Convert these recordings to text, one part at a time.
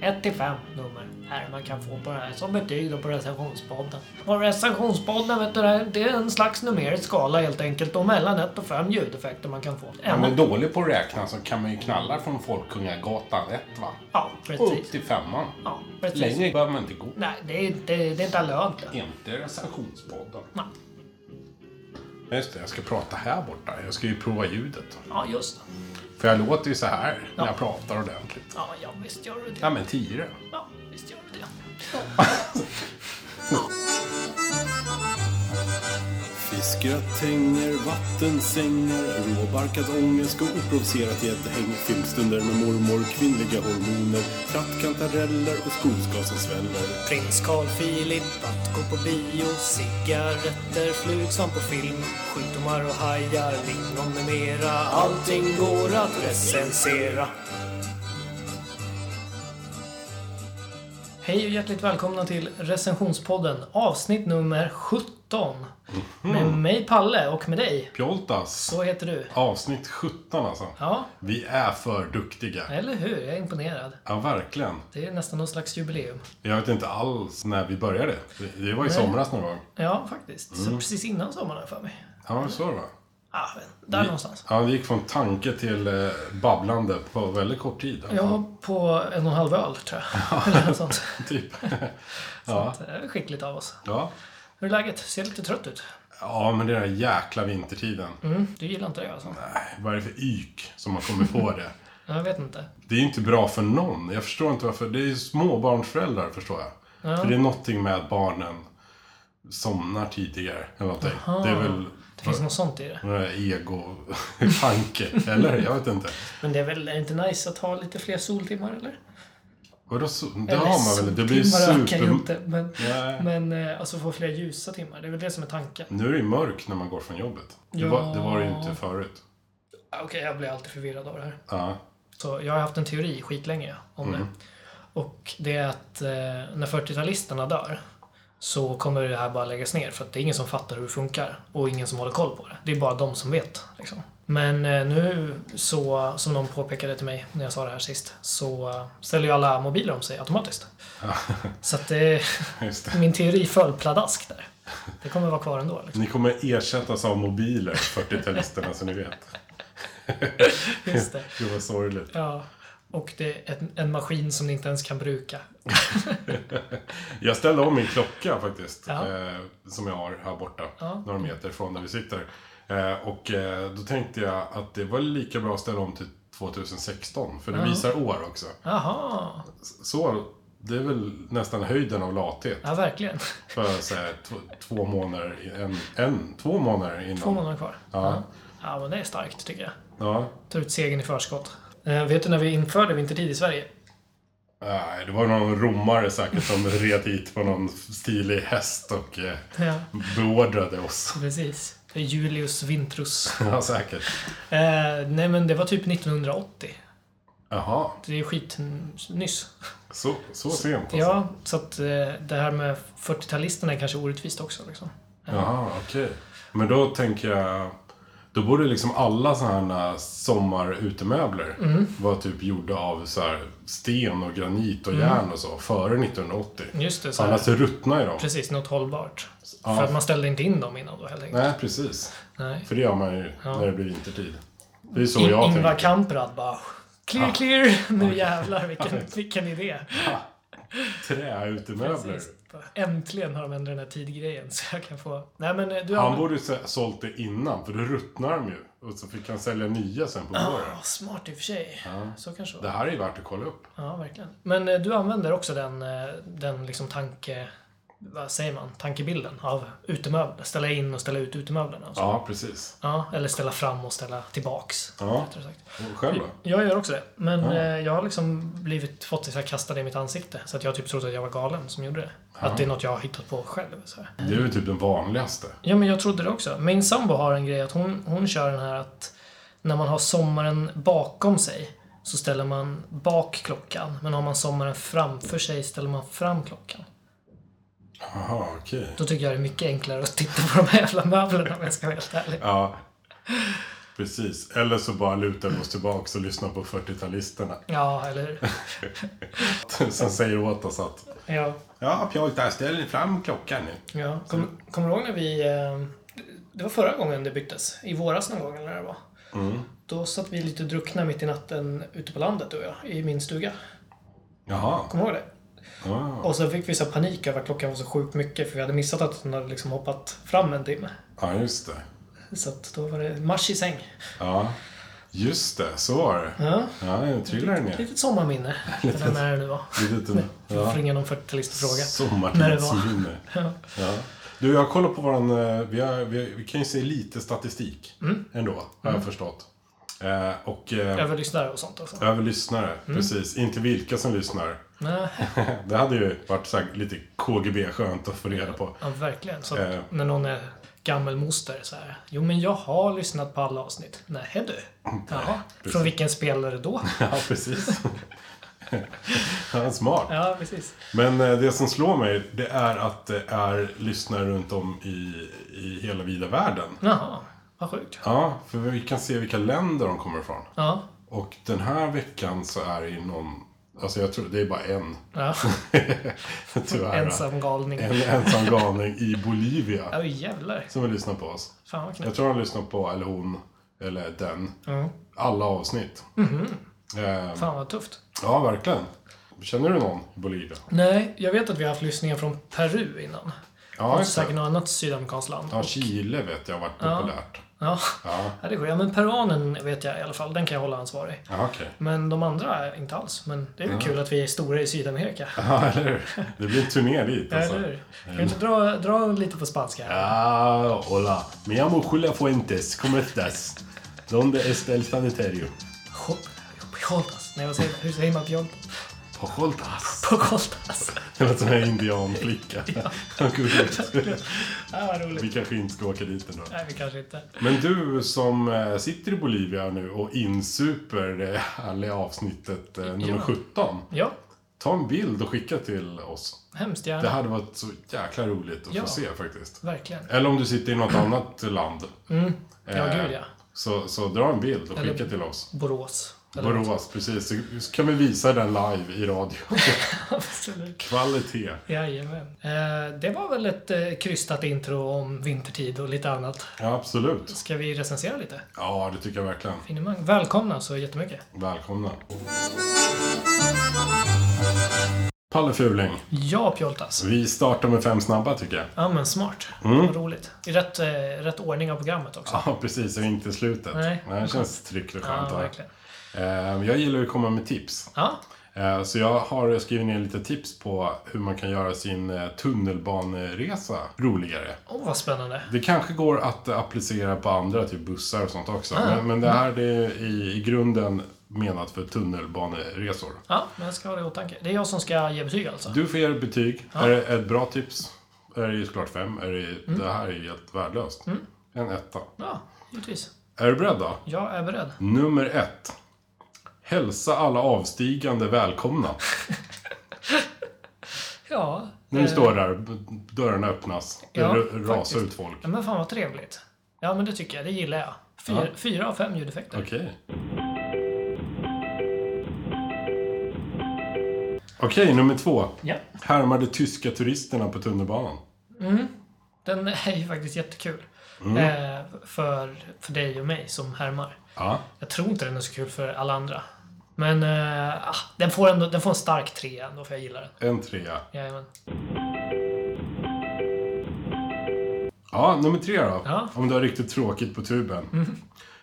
1-5 nummer här man kan få på det här som betyg då på recensionspodden. Och recensionspodden vet du, det är- det är en slags numerisk skala helt enkelt och mellan 1 och 5 ljudeffekter man kan få. Är man dålig på att räkna så kan man ju knalla från Folkungagatan 1 va? Ja, Och upp precis. till femman. Ja, precis. Längre behöver man inte gå. Nej, det är inte, det är inte lönt. Inte recensionspodden. Nej. Just det, jag ska prata här borta. Jag ska ju prova ljudet. Ja, just det. För jag låter ju så här när Ja. jag pratar ordentligt. Ja, ja, visst gör du det. Ja men tio. Ja, visst gör du det. Fiskgröt, tänger, vattensängar, råbarkad ångest och oprovocerat gäddhäng. Filmstunder med mormor, kvinnliga hormoner, trattkantareller och skogsgas som sväller. Prins Carl Philip att gå på bio Cigaretter, flug som på film Sjukdomar och hajar, lingon med mera Allting går att recensera Hej och hjärtligt välkomna till recensionspodden avsnitt nummer 17. Med mig Palle och med dig. Pjoltas. Så heter du. Avsnitt 17 alltså. Ja, Vi är för duktiga. eller hur? Jag är imponerad. Ja, verkligen. Det är nästan någon slags jubileum. Jag vet inte alls när vi började. Det- Det var i somras någon gång. Ja, faktiskt. Så precis innan sommaren för mig. Ja, så var det va? Ah, men där någonstans. Ja, vi gick från tanke till eh, babblande på väldigt kort tid. Jag var på en och en halv öl, tror jag. Eller något sånt. Typ. ja. Det är skickligt av oss. Ja. Hur är läget? Ser lite trött ut. ja, men det där jäkla vintertiden. Mm, du gillar inte det alltså? Nej, Vad är det för yk som man kommer på det? Jag vet inte. Det är ju inte bra för någon. Jag förstår inte varför. Det är ju småbarnsföräldrar, förstår jag. För det är någonting med att barnen somnar tidigare. Eller någonting. Det är väl Det finns något sånt i det. några ego-tanke. eller? Jag vet inte. Men det är väl är det inte nice att ha lite fler soltimmar, eller? Vadå, så- det Eller har man väl? Det blir soltimmar ökar ju super... inte. Men, Nej. men eh, alltså få fler ljusa timmar. Det är väl det som är tanken. Nu är det ju mörkt när man går från jobbet. Det Ja. var det, var det ju inte förut. Ah, Okej, jag blir alltid förvirrad av det här. Ja. Så jag har haft en teori skitlänge om det. Och det är att eh, när 40-talisterna dör så kommer det här bara läggas ner för att det är ingen som fattar hur det funkar och ingen som håller koll på det. Det är bara de som vet. Liksom. Men eh, nu så, som någon påpekade till mig när jag sa det här sist, så eh, ställer ju alla mobiler om sig automatiskt. Så att det, Just det. min teori föll pladask där. Det kommer vara kvar ändå. Liksom. Ni kommer ersättas av mobiler, 40-talisterna, så ni vet. Just liksom. det. Det var sorgligt. Ja. Och det är en, en maskin som ni inte ens kan bruka. Jag ställde om min klocka faktiskt. Ja. Eh, som jag har här borta. Ja. Några meter från där vi sitter. Eh, och eh, då tänkte jag att det var lika bra att ställa om till 2016. För det visar år också. Jaha, Så, det är väl nästan höjden av lathet. ja verkligen. För så här, tw- två månader, i- en, en, två månader innan. Två månader kvar. Ja. Ja, men det är starkt tycker jag. ja. Ta ut segern i förskott. Eh, vet du när vi införde vintertid i Sverige? Nej, det var någon romare säkert som red hit på någon stilig häst och eh, Ja, beordrade oss. precis. Det är Julius Vintrus. Ja, säkert. Eh, nej, men det var typ 1980. Jaha, Det är skit nyss. så, så sent alltså. Ja, så att eh, det här med 40-talisterna är kanske orättvist också. Liksom. Jaha, okej. Men då tänker jag... Då borde liksom alla sådana här sommarutemöbler Mm. vara typ gjorda av så här sten och granit och järn Mm. och så, före 1980. Just det, så här, Annars Alltså, ruttnar ju de. precis. Något hållbart. Ja. För att man ställde inte in dem innan då helt enkelt. Nej, precis. Nej. För det gör man ju Ja. när det blir vintertid. Det är så In, jag Ingvar tänker. Kamprad bara... Clear, clear! Nu jävlar vilken, vilken idé. Träutemöbler. Precis. Äntligen har de ändrat den här tidgrejen så jag kan få... Nej men eh, du Han har... borde ju sä- sålt det innan, för då ruttnar de ju. Och så fick han sälja nya sen på våren. Ah, smart i och för sig. Så kanske det Det var. här är ju värt att kolla upp. Ja, verkligen. Men eh, du använder också den, eh, den liksom tanke... Vad säger man? Tankebilden av utemöbler. Ställa in och ställa ut utemöblerna. och så. Ja, precis. Ja, eller ställa fram och ställa tillbaks. Ja. rättare sagt. Och Själv då? Jag gör också det. Men eh, jag har liksom blivit, fått det så här kastade i mitt ansikte. Så att jag typ trodde att jag var galen som gjorde det. Att det är något jag har hittat på själv. Så här. Det är väl typ den vanligaste. Ja, men jag trodde det också. Min sambo har en grej att hon, hon kör den här att när man har sommaren bakom sig så ställer man bak klockan. Men har man sommaren framför sig ställer man fram klockan. Jaha, okej. Då tycker jag det är mycket enklare att titta på de här jävla möblerna om jag ska vara helt ärlig. Ja. Precis. Eller så bara lutar vi oss tillbaka och lyssnar på 40-talisterna. Ja, eller hur? Som säger åt oss att Ja. Ja, Pjojtar, ställ fram klockan nu. Ja, kommer kommer du ihåg när vi... eh, Det var förra gången det byttes. I våras någon gång eller när det var. Då satt vi lite druckna mitt i natten ute på landet du och jag, i min stuga. Jaha. Kommer du ihåg det? Ja, Och sen fick vi så här panik över att klockan var så sjukt mycket för vi hade missat att den hade liksom hoppat fram en timme. ja just det. Så att då var det marsch i säng. Ja, just det. Så var det. Ja, Ja, jag trillade ner. litet sommarminne. Eller när det nu var. Det är lite- Vi Ja. får ringa någon 40-talistfråga. När det var. Sommartidsminne. Ja. Du, jag kollar på våran... eh, Vi, har, vi, vi kan ju se lite statistik Mm. ändå, har jag förstått. Eh, och eh, Över lyssnare och sånt alltså. över lyssnare, precis. Inte vilka som lyssnar. Nej, Det hade ju varit så här, lite KGB-skönt att få reda på. ja, verkligen. Så Eh. att när någon är gammelmoster så här. Jo men jag har lyssnat på alla avsnitt. Nej du. Jaha. precis. Från vilken spelare då? Ja, precis. Han är smart. Ja, precis. Men eh, det som slår mig, det är att det är lyssnare runt om i, i hela vida världen. Jaha, vad sjukt. Ja, för vi kan se vilka länder de kommer ifrån. Ja. Och den här veckan så är det ju någon, alltså jag tror det är bara en, ja. tyvärr. Ensam galning. En ensam galning i Bolivia Ja, jävlar. som vill lyssna på oss. Fan vad knäppt. Jag tror han lyssnar på, eller hon, eller den, Ja. alla avsnitt. Mm-hmm. Eh, Fan vad tufft. ja, verkligen. Känner du någon i Bolivia? Nej, jag vet att vi har haft lyssningar från Peru innan. Ja, och just det. säkert något annat sydamerikanskt land. ja Chile vet jag har varit populärt. Ja, Ja, ja det går. Ja, men peruanen vet jag i alla fall. Den kan jag hålla ansvarig. ja okej. Men de andra, inte alls. Men det är väl kul att vi är stora i Sydamerika. Ja, eller hur? Det blir en turné dit alltså. Eller hur? Kan du inte dra, dra lite på spanska? här? Ah, hola. Me llamo Julia Fuentes. ¿Cómo estás? ¿Dónde está el sanitario? Jo- Pjoltas. Nej, vad säger, hur säger man pjoltas? Pojoltas. Pjoltas. Det låter som en indianflicka. Gulligt. Ja, vad roligt. Vi kanske inte ska åka dit ändå. Nej, vi kanske inte. Men du som eh, sitter i Bolivia nu och insuper eh, det härliga avsnittet eh, nummer Ja. 17. Ja, Ta en bild och skicka till oss. hemskt Det gärna. hade varit så jäkla roligt att Ja. få se faktiskt. Verkligen. Eller om du sitter i något annat land. Mm. Ja, Eh, gud ja. Så, så dra en bild och Eller- skicka till oss. Borås. Eller något. Borås, precis. Så- Så kan vi visa den live i radio. Absolut. Kvalitet. Jajamän. Eh, det var väl ett eh, krystat intro om vintertid och lite annat. Ja, absolut. Ska vi recensera lite? Ja, det tycker jag verkligen. Finemang. Välkomna så jättemycket. Välkomna. Palle Fuling, Ja, Pjoltas. vi startar med fem snabba tycker jag. Ja, men smart. Vad roligt. I rätt, eh, rätt ordning av programmet också. Mm. Ja, precis. Och inte slutet. Nej. det känns tryggt och Ja, skönt. här. verkligen. Eh, jag gillar ju att komma med tips. Ja, Eh, Så jag har skrivit ner lite tips på hur man kan göra sin eh, tunnelbaneresa roligare. oh, vad spännande. Det kanske går att applicera på andra, typ bussar och sånt också. Ah. Men, men det här det är i, i grunden menat för tunnelbaneresor. Ja, men jag ska ha det i åtanke. Det är jag som ska ge betyg alltså. Du får ge det betyg. Ah. Är det ett bra tips är det ju såklart fem. Är det, Mm. det här är ju helt värdelöst. En etta. Ja, givetvis. Är du beredd då? Jag är beredd. Nummer ett. Hälsa alla avstigande välkomna. Ja. Nu står där, b- dörrarna öppnas. Det Eh. ja, r- rasar faktiskt. ut folk. ja, men fan vad trevligt. Ja, men det tycker jag. Det gillar jag. Fyra, fyra av fem ljudeffekter. Okej. Okej, nummer två. Ja. Härmar de tyska turisterna på tunnelbanan. Den är ju faktiskt jättekul. Mm. Eh, för, för dig och mig som härmar. Ja. Jag tror inte den är så kul för alla andra. Men eh, ah, den, får ändå, den får en stark trea ändå för jag gillar den. En trea. Jajamän. Ja, nummer tre då. Ja. Om du har riktigt tråkigt på tuben.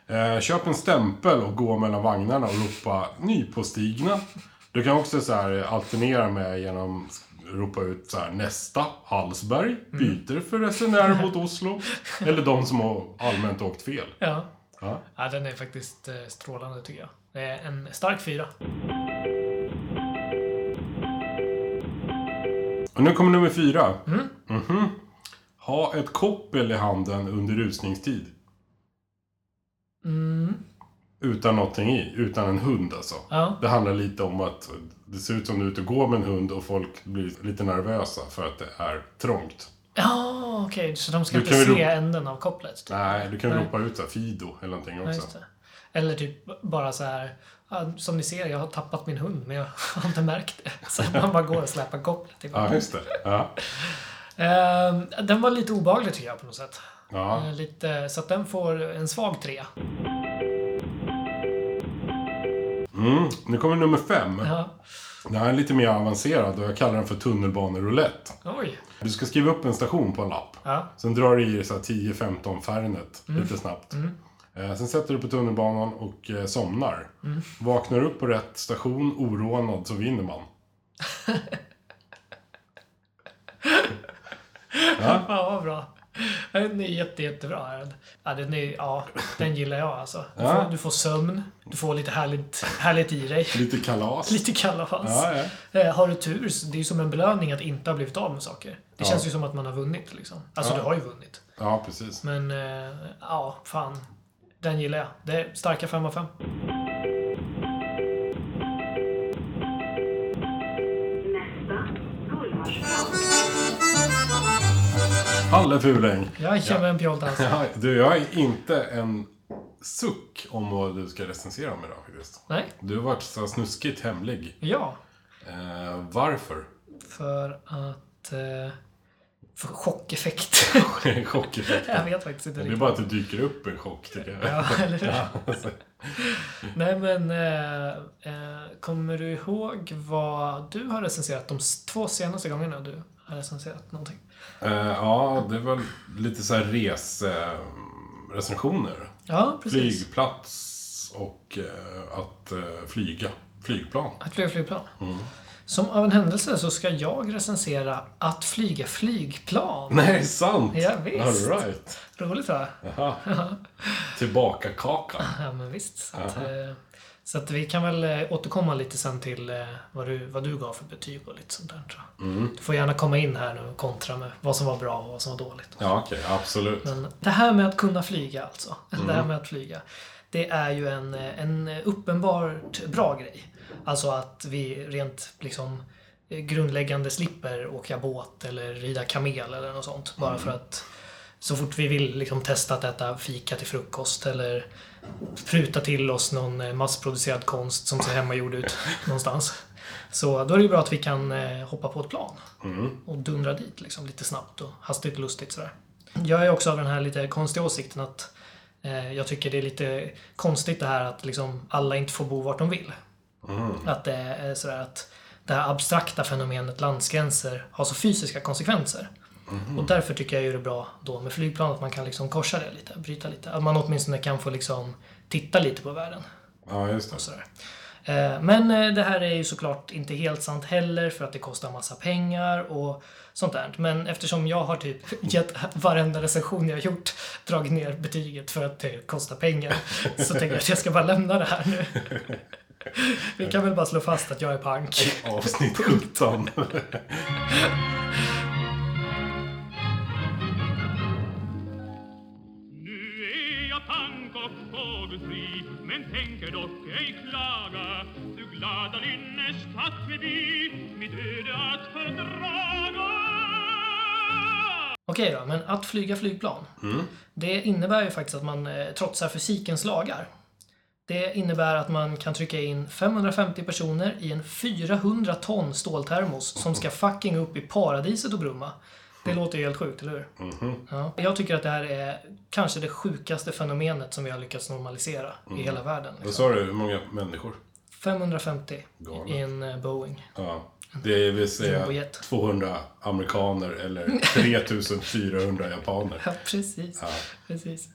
Eh, köp en stämpel och gå mellan vagnarna och ropa nypåstigna. Du kan också så här eh, alternera med genom att ropa ut så här nästa Hallsberg byter för resenärer mot Oslo. Eller de som har allmänt åkt fel. Ja. Ja. ja, den är faktiskt eh, strålande tycker jag. Det är en stark fyra. Och nu kommer nummer fyra. Mm. Mhm. Ha ett koppel i handen under rusningstid. Utan någonting i. Utan en hund alltså. Mm. Ja. Det handlar lite om att det ser ut som du är ute och går med en hund och folk blir lite nervösa för att det är trångt. Ja, okej. Så de ska Du inte kan se väl ro- änden av kopplet? Typ. Nej, du kan Nej. ropa ut så här, Fido eller någonting Ja, också. just det. Eller typ b- bara så här. "Ja, Som ni ser, jag har tappat min hund men jag har inte märkt det. Så att man bara går och släpar kopplet. Typ. Ja, just det. Ja. Ehm, den var lite obehaglig tycker jag på något sätt. Ja. Eh, Lite, så att den får en svag trea. Mm. Nu kommer nummer fem. Ja. Den här är lite mer avancerad och jag kallar den för tunnelbaneroulette. Oj. Du ska skriva upp en station på en lapp. Ja. Sen drar du i dig så här 10-15 Fernet Mm. lite snabbt. Eh, Sen sätter du på tunnelbanan och eh, somnar. Mm. Vaknar upp på rätt station orånad så vinner man. Ja, vad bra. Den är jätte, jättebra. är den. Ja, den, är, ja, den gillar jag alltså. Du, Ja. får, du får sömn, du får lite härligt, härligt i dig. Lite kalas. Lite kalas. Ja, ja. Eh, har du tur, så det är ju som en belöning att inte ha blivit av med saker. Det känns ju som att man har vunnit liksom. Alltså, du har ju vunnit. ja, precis. Men eh, ja, fan. Den gillar jag. Det är starka fem av fem Nästa Gullmarsplan. Halle Fuling. Jajamän, pjoltans. Ja, Du, jag är inte en suck om vad du ska recensera om idag faktiskt. Nej. Du har varit så här snuskigt hemlig. Ja. Eh, varför? För att... Eh, för chockeffekt. Chockeffekt. jag vet faktiskt inte Det är bara att det dyker upp en chock, tycker jag. Ja, eller hur? Nej men, eh, eh, kommer du ihåg vad du har recenserat de s- två senaste gångerna du har recenserat någonting? Eh, ja, det var lite så här resrecensioner. Ja, precis. Flygplats och eh, att eh, flyga. Flygplan. Att flyga flygplan. Som av en händelse så ska jag recensera att flyga flygplan. Nej, är det sant? Ja, visst. All right. Roligt va? Tillbaka kaka. Ja, men visst. Så att, eh, så att vi kan väl eh, återkomma lite sen till eh, vad du, vad du gav för betyg och lite sånt där tror jag. Du får gärna komma in här nu och kontra med vad som var bra och vad som var dåligt. Ja, okej. absolut. Men det här med att kunna flyga alltså. Det här med att flyga. Det är ju en, en uppenbart bra grej. Alltså att vi rent liksom grundläggande slipper åka båt eller rida kamel eller något sånt. Bara för att så fort vi vill liksom testa att äta fika till frukost eller pruta till oss någon eh, massproducerad konst som ser hemmagjord ut någonstans. Så då är det ju bra att vi kan eh, hoppa på ett plan Mm. och dundra dit liksom, lite snabbt och hastigt och lustigt sådär. Jag är också av den här lite konstiga åsikten att eh, jag tycker det är lite konstigt det här att liksom alla inte får bo vart de vill. Att det är sådär att det här abstrakta fenomenet landsgränser har så fysiska konsekvenser. Och därför tycker jag ju det är bra då med flygplan att man kan liksom korsa det lite, bryta lite. Att man åtminstone kan få liksom titta lite på världen. Ja, just det. Och sådär. Eh, Men eh, det här är ju såklart inte helt sant heller för att det kostar massa pengar och sånt där. Men eftersom jag har typ gett varenda recension jag har gjort dragit ner betyget för att det kostar pengar så tänker jag att jag ska bara lämna det här nu. Vi kan väl bara slå fast att jag är pank. Avsnitt 17. Nu är jag pank och fågelfri Men tänker dock ej klaga Du er glada nynnes att med bi Mitt öde att fördraga Okej då, men att flyga flygplan. Det innebär ju faktiskt att man eh, trotsar fysikens lagar. Det innebär att man kan trycka in 550 personer i en 400 ton ståltermos som ska fucking upp i paradiset och brumma. Det låter ju helt sjukt, eller hur? Ja. Jag tycker att det här är kanske det sjukaste fenomenet som vi har lyckats normalisera i hela världen. Vad Liksom. sa du? Hur många människor? 550 Galet. i en eh, Boeing. Ja. Det vill säga Jumbojet. 200 amerikaner eller 3400 japaner. Ja, precis. precis.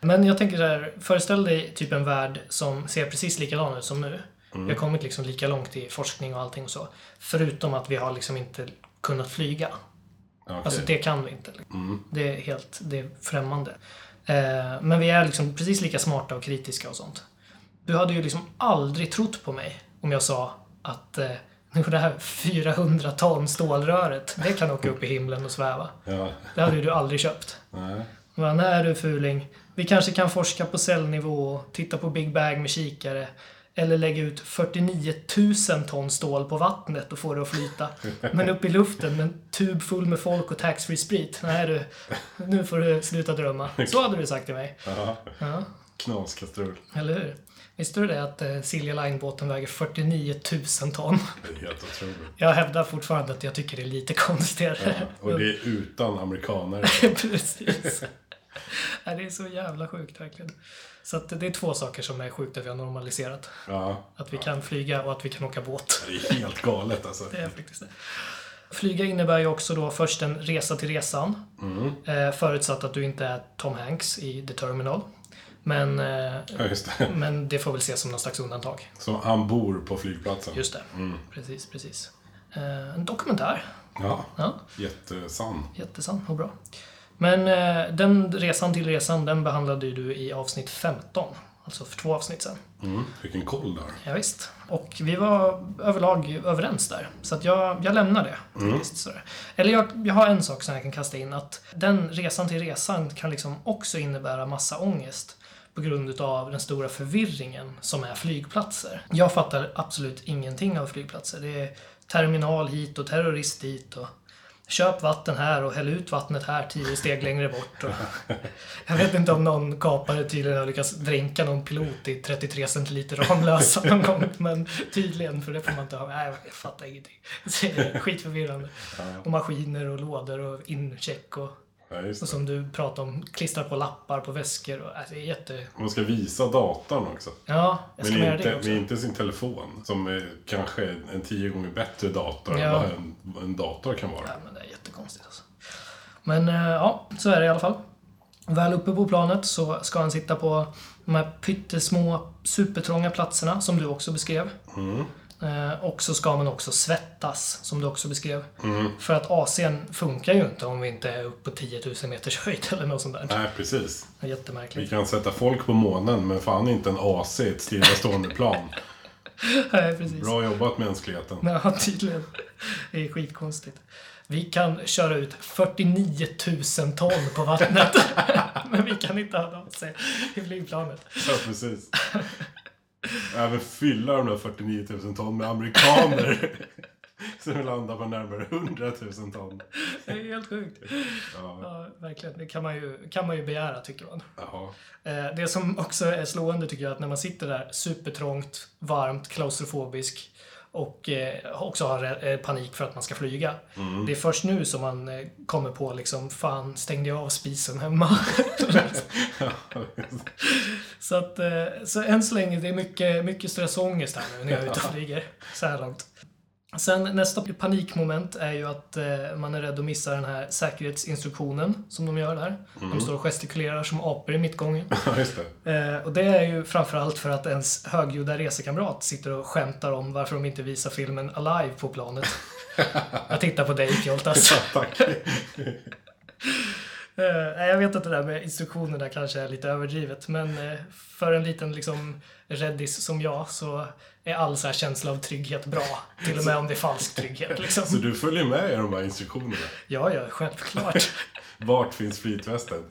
Men jag tänker så här, föreställ dig typ en värld som ser precis likadan ut som nu. Vi har kommit liksom lika långt i forskning och allting och så. Förutom att vi har liksom inte kunnat flyga. Okej. Alltså det kan vi inte. Det är helt det är främmande. Eh, men vi är liksom precis lika smarta och kritiska och sånt. Du hade ju liksom aldrig trott på mig om jag sa att eh, nu det här 400 ton stålröret, det kan åka upp i himlen och sväva. Ja. Det hade ju du aldrig köpt. Nej. Va, nej du fuling. Vi kanske kan forska på cellnivå och titta på Big Bang med kikare. Eller lägga ut 49 000 ton stål på vattnet och få det att flyta. Men upp i luften med en tub full med folk och taxfree sprit. Nej du, nu får du sluta drömma. Så hade du sagt till mig. Ja. Ja. Knaskastrull. Eller hur? Visste du det att eh, Silja Line-båten väger 49 000 ton? Det är helt otroligt. Jag hävdar fortfarande att jag tycker det är lite konstigare. Och det är utan amerikaner. Precis. Nej, det är så jävla sjukt verkligen. Så att det är två saker som är sjukt att vi har normaliserat. Ja. Att vi kan flyga och att vi kan åka båt. Det är helt galet alltså. Det är faktiskt det. Flyga innebär ju också då först en resa till resan. Eh, förutsatt att du inte är Tom Hanks i The Terminal. Men, eh, Ja, just det. men det får väl ses som någon slags undantag. Så han bor på flygplatsen. Just det. Precis, precis. Eh, en dokumentär. Ja. Ja, Jättesann. jättesann och bra. Men eh, den resan till resan, den behandlade ju du i avsnitt 15. Alltså för två avsnitt sen. Mm. Vilken koll där. Ja, visst. Och vi var överlag överens där. Så att jag, jag lämnar det. Faktiskt, sådär. Eller jag, jag har en sak som jag kan kasta in. Att den resan till resan kan liksom också innebära massa ångest. På grund utav den stora förvirringen som är flygplatser. Jag fattar absolut ingenting av flygplatser. Det är terminal hit och terrorist dit. Och köp vatten här och häll ut vattnet här tio steg längre bort. Och jag vet inte om någon kapare tydligen har lyckats dränka någon pilot i 33 centiliter Ramlösa någon gång. Men tydligen, för det får man inte ha. Nej, jag fattar ingenting. Så det är skitförvirrande. Och maskiner och lådor och incheck och, Ja, just och det. som du pratade om, klistra på lappar på väskor. Och, alltså, det är jätte... Man ska visa datorn också. Ja, jag ska Men göra det inte, också. men inte sin telefon. Som är kanske en tio gånger bättre dator Ja. än vad en, vad en dator kan vara. Ja, men det är jättekonstigt alltså. Men eh, ja, så är det i alla fall. Väl uppe på planet så ska han sitta på de här pyttesmå supertrånga platserna som du också beskrev. Eh, och så ska man också svettas, som du också beskrev. För att AC'n funkar ju inte om vi inte är uppe på 10 000 meters höjd eller något sånt där. Nej, precis. Det är Vi Jättemärkligt. kan sätta folk på månen, men fan inte en AC i ett stillastående plan. Nej, precis. Bra jobbat mänskligheten. Ja, tydligen. Det är skitkonstigt. Vi kan köra ut 49 000 ton på vattnet. Men vi kan inte ha något sig i flygplanet. Ja, precis. Även fylla de där 49 000 ton med amerikaner. Som landar på närmare 100 000 ton. Det är helt sjukt. Ja, Ja, verkligen. Det kan man ju, kan man ju begära, tycker man. jaha. Eh, Det som också är slående tycker jag, att när man sitter där supertrångt, varmt, klaustrofobisk och eh, också har eh, panik för att man ska flyga. Det är först nu som man eh, kommer på liksom, fan stängde jag av spisen hemma? Så att, eh, så än så länge, det är mycket, mycket stress och ångest här nu när jag är ute och flyger. Så här långt. Sen nästa panikmoment är ju att eh, man är rädd att missa den här säkerhetsinstruktionen som de gör där. De står och gestikulerar som apor i mittgången. Ja, just det. Eh, och det är ju framförallt för att ens högljudda resekamrat sitter och skämtar om varför de inte visar filmen Alive på planet. jag tittar på dig Pjoltas. Tack. Eh, nej, jag vet att det där med instruktionerna kanske är lite överdrivet men eh, för en liten liksom räddis som jag så är all så här känsla av trygghet bra. Till och med om det är falsk trygghet liksom. Så du följer med i de här instruktionerna? Ja, ja, självklart. Vart finns flytvästen?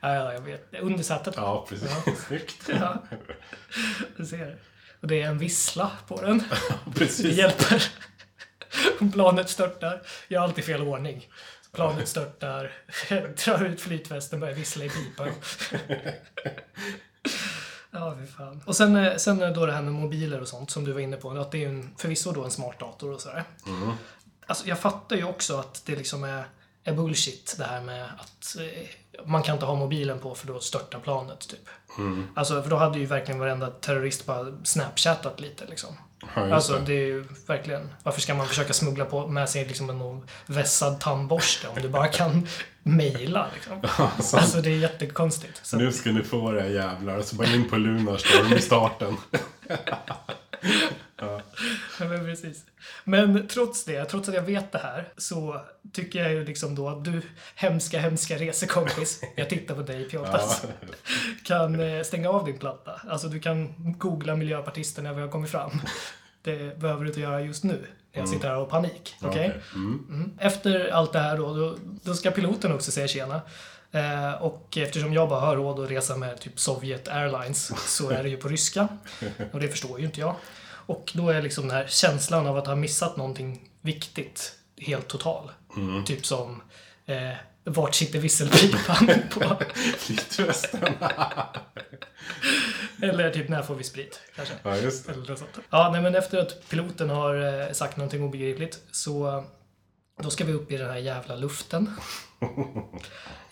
ja, ja, jag vet. Under sätet. Ja, precis. Snyggt. Ja. Du ser. Och det är en vissla på den. Det Precis. hjälper. Planet störtar. Jag har alltid fel ordning. Planet störtar. Drar ut flytvästen, börjar vissla i pipan. Ja, fy fan. Och sen, eh, sen är det då det här med mobiler och sånt som du var inne på. Att det är ju en, förvisso då en smart dator och sådär. Alltså, jag fattar ju också att det liksom är, är bullshit det här med att eh, man kan inte ha mobilen på för då störtar planet typ. Alltså, för då hade ju verkligen varenda terrorist bara snapchattat lite liksom. Ja, just Alltså det. det är ju verkligen, varför ska man försöka smuggla på med sig liksom en vässad tandborste om du bara kan mejla liksom? Alltså, Alltså det är jättekonstigt. Så, nu ska ni få det här jävlar. Så bara in på Lunarstorm i starten. ja, men, precis. men trots det, trots att jag vet det här, så tycker jag ju liksom då att du hemska, hemska resekompis, jag tittar på dig Pjoltas, kan eh, stänga av din platta. Alltså du kan googla miljöpartister när vi har kommit fram. Det behöver du inte göra just nu. när Jag sitter här och har panik. Okej? Okej. Mm. Efter allt det här då, då, då ska piloten också säga tjena. Eh, och eftersom jag bara har råd att resa med typ Sovjet Airlines så är det ju på ryska. Och det förstår ju inte jag. Och då är liksom den här känslan av att ha missat någonting viktigt helt total. Typ som eh, Vart sitter visselpipan? på? Lite västern. Eller typ När får vi sprit? Kanske. Ja, just det. Eller något sånt. Ja, nej, men efter att piloten har eh, sagt någonting obegripligt så eh, då ska vi upp i den här jävla luften.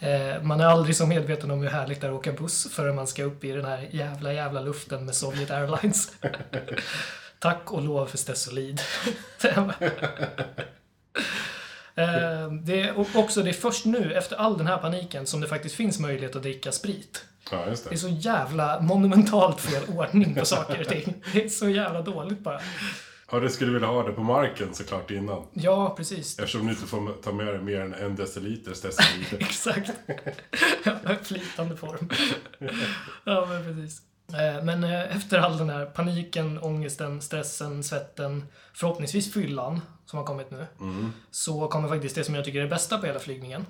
Eh, man är aldrig så medveten om hur härligt det är att åka buss förrän man ska upp i den här jävla, jävla luften med Sovjet Airlines. Tack och lov för Stesolid. Eh, det är och också det är först nu, efter all den här paniken, som det faktiskt finns möjlighet att dricka sprit. Ja, just Det är det. så jävla monumentalt fel ordning på saker och ting. Det är så jävla dåligt bara. Ja, du skulle vilja ha det på marken såklart innan. Ja, precis. Eftersom du inte får ta med dig mer än en deciliter deciliter. Exakt. Ja, Flytande form. Ja, men precis. Eh, Men eh, efter all den här paniken, ångesten, stressen, svetten, förhoppningsvis fyllan som har kommit nu, så kommer faktiskt det som jag tycker är det bästa på hela flygningen.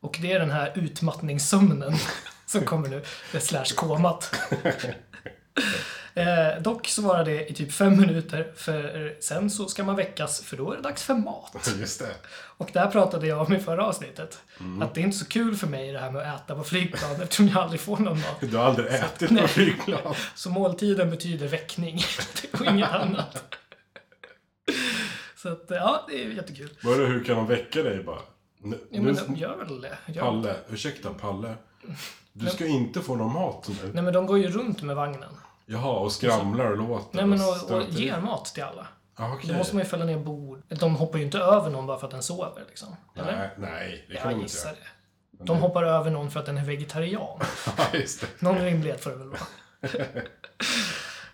Och det är den här utmattningssömnen som kommer nu, eh, slash komat. Eh, dock så varar det i typ fem minuter, för sen så ska man väckas, för då är det dags för mat. Just det. Och där pratade jag om i förra avsnittet. Mm. Att det är inte så kul för mig det här med att äta på flygplan eftersom jag aldrig får någon mat. Du har aldrig ätit på flygplan. Så måltiden betyder väckning och inget annat. Så att, ja, det är jättekul. Vadå, hur kan de väcka dig bara? Nu, Ja, men nu- de gör väl det. Ja. Palle, ursäkta Palle. Du ska inte få någon mat nu. Nej men de går ju runt med vagnen. Jaha, och skramlar och låter. Nej men och, och stöter. ger mat till alla. Ah, Då okej. måste man ju fälla ner bord. De hoppar ju inte över någon bara för att den sover liksom. Eller? Nej, nej, det kan jag de inte gissar göra. det. De hoppar över någon för att den är vegetarian. Ja, just det. Någon rimlighet får det väl vara.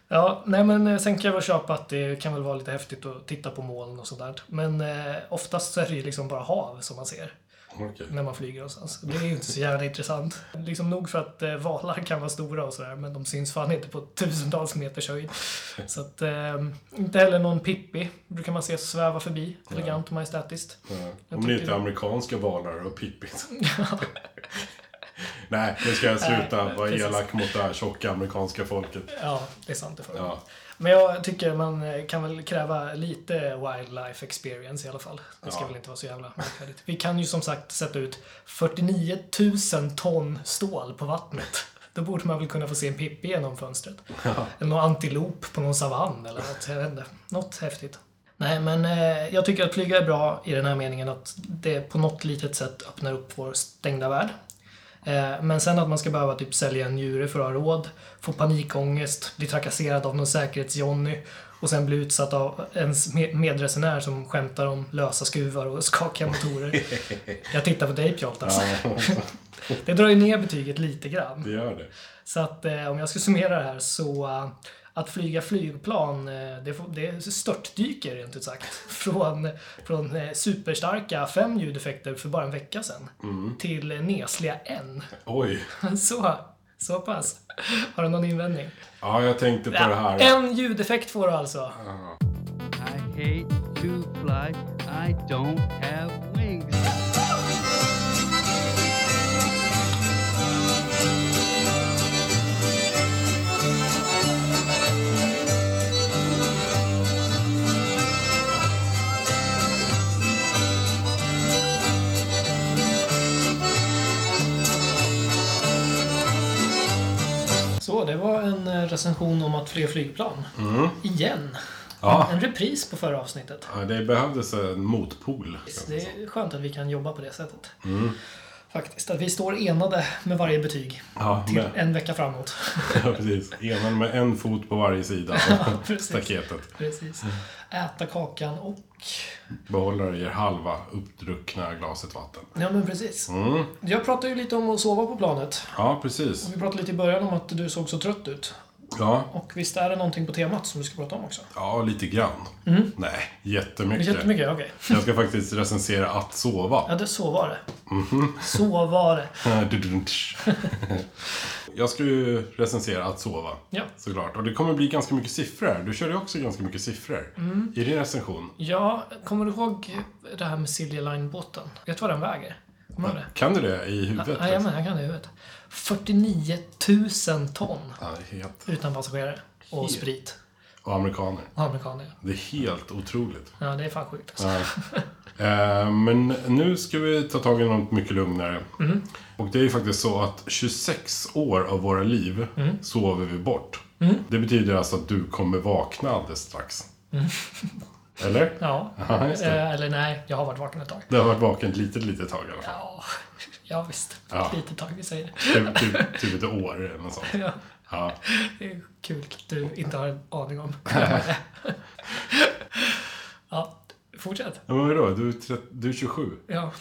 Ja, nej men eh, sen kan jag väl köpa att det kan väl vara lite häftigt att titta på moln och sådär. Men eh, oftast så är det ju liksom bara hav som man ser Okej. när man flyger någonstans. Det är ju inte så jävla intressant. Liksom nog för att eh, valar kan vara stora och sådär, men de syns fan inte på tusentals meters höjd. Så att, eh, inte heller någon Pippi brukar man se sväva förbi, elegant och majestätiskt. Om ni inte är amerikanska valar och pippigt. Nej, nu ska jag sluta Nej, vara precis. elak mot det här tjocka amerikanska folket. Ja, det är sant. Det får det vara. Ja, Men jag tycker man eh, kan väl kräva lite wildlife experience i alla fall. Det ska Ja. väl inte vara så jävla märkvärdigt. Vi kan ju som sagt sätta ut 49 000 ton stål på vattnet. Då borde man väl kunna få se en pippi genom fönstret. Eller någon antilop på någon savann eller något. Jag vet inte. Något häftigt. Nej, men eh, jag tycker att flyga är bra i den här meningen att det på något litet sätt öppnar upp vår stängda värld. Eh, Men sen att man ska behöva typ sälja en njure för att ha råd, få panikångest, bli trakasserad av någon säkerhetsjonny och sen bli utsatt av ens med- medresenär som skämtar om lösa skruvar och skakiga motorer. Jag tittar på dig Pjoltas. Det drar ju ner betyget lite grann. det gör det. Så att eh, om jag ska summera det här så eh, att flyga flygplan, eh, det, får- det störtdyker rent ut sagt. Från, från eh, superstarka fem ljudeffekter för bara en vecka sedan till eh, nesliga en. Oj. Så, så pass. Har du någon invändning? Ja, jag tänkte på det här. En ljudeffekt får du alltså. I hate to fly. I don't have wings. Så, det var en eh, recension om att fler flygplan. Igen. Mm. Ja. En repris på förra avsnittet. Ja, det behövdes en motpol. Det är skönt att vi kan jobba på det sättet. Mm. Faktiskt, att vi står enade med varje betyg. Ja, Till men, en vecka framåt. ja, precis. Enan med en fot på varje sida av precis. staketet. Precis. Mm. Äta kakan och... Behållare ger halva uppdruckna glaset vatten. Ja, men precis. Mm. Jag pratade ju lite om att sova på planet. Ja, precis. Vi pratade lite i början om att du såg så trött ut. Ja, Och visst är det någonting på temat som du ska prata om också? ja lite grann. Nej, jättemycket. Mm. Jättemycket, okej. Jag ska faktiskt recensera Att sova. Ja, det så var det. Mhm. Så var det. Dudunsch. Jag ska ju recensera Att sova. Ja. Såklart. Och det kommer bli ganska mycket siffror. här. Du körde ju också ganska mycket siffror Mm. i din recension. Ja, kommer du ihåg det här med Silja Line-båten? Vet du vad den väger? Kommer du ihåg det? Kan du det i huvudet? Ja, Jajamän, jag kan det i huvudet. 49 000 ton Ja, det är helt... utan passagerare och sprit. Och amerikaner. Och amerikaner. Det är helt otroligt. Ja, det är fan sjukt alltså. Ja. Eh, Men nu ska vi ta tag i något mycket lugnare. Och det är ju faktiskt så att 26 år av våra liv sover vi bort. Det betyder alltså att du kommer vakna alldeles strax. Eller? Ja. Ja, just det. Eh, Eller nej, jag har varit vaken ett tag. Det har varit vaken ett litet, litet tag i alla fall. Ja, ja visst. Ja. Lite tag, vi säger det. Typ, typ, typ ett år eller något sånt. Ja, Ja. det är kul att du inte har en aning om. ja, fortsätt. Ja, Men vadå? Du är, trett- du är 27? Ja,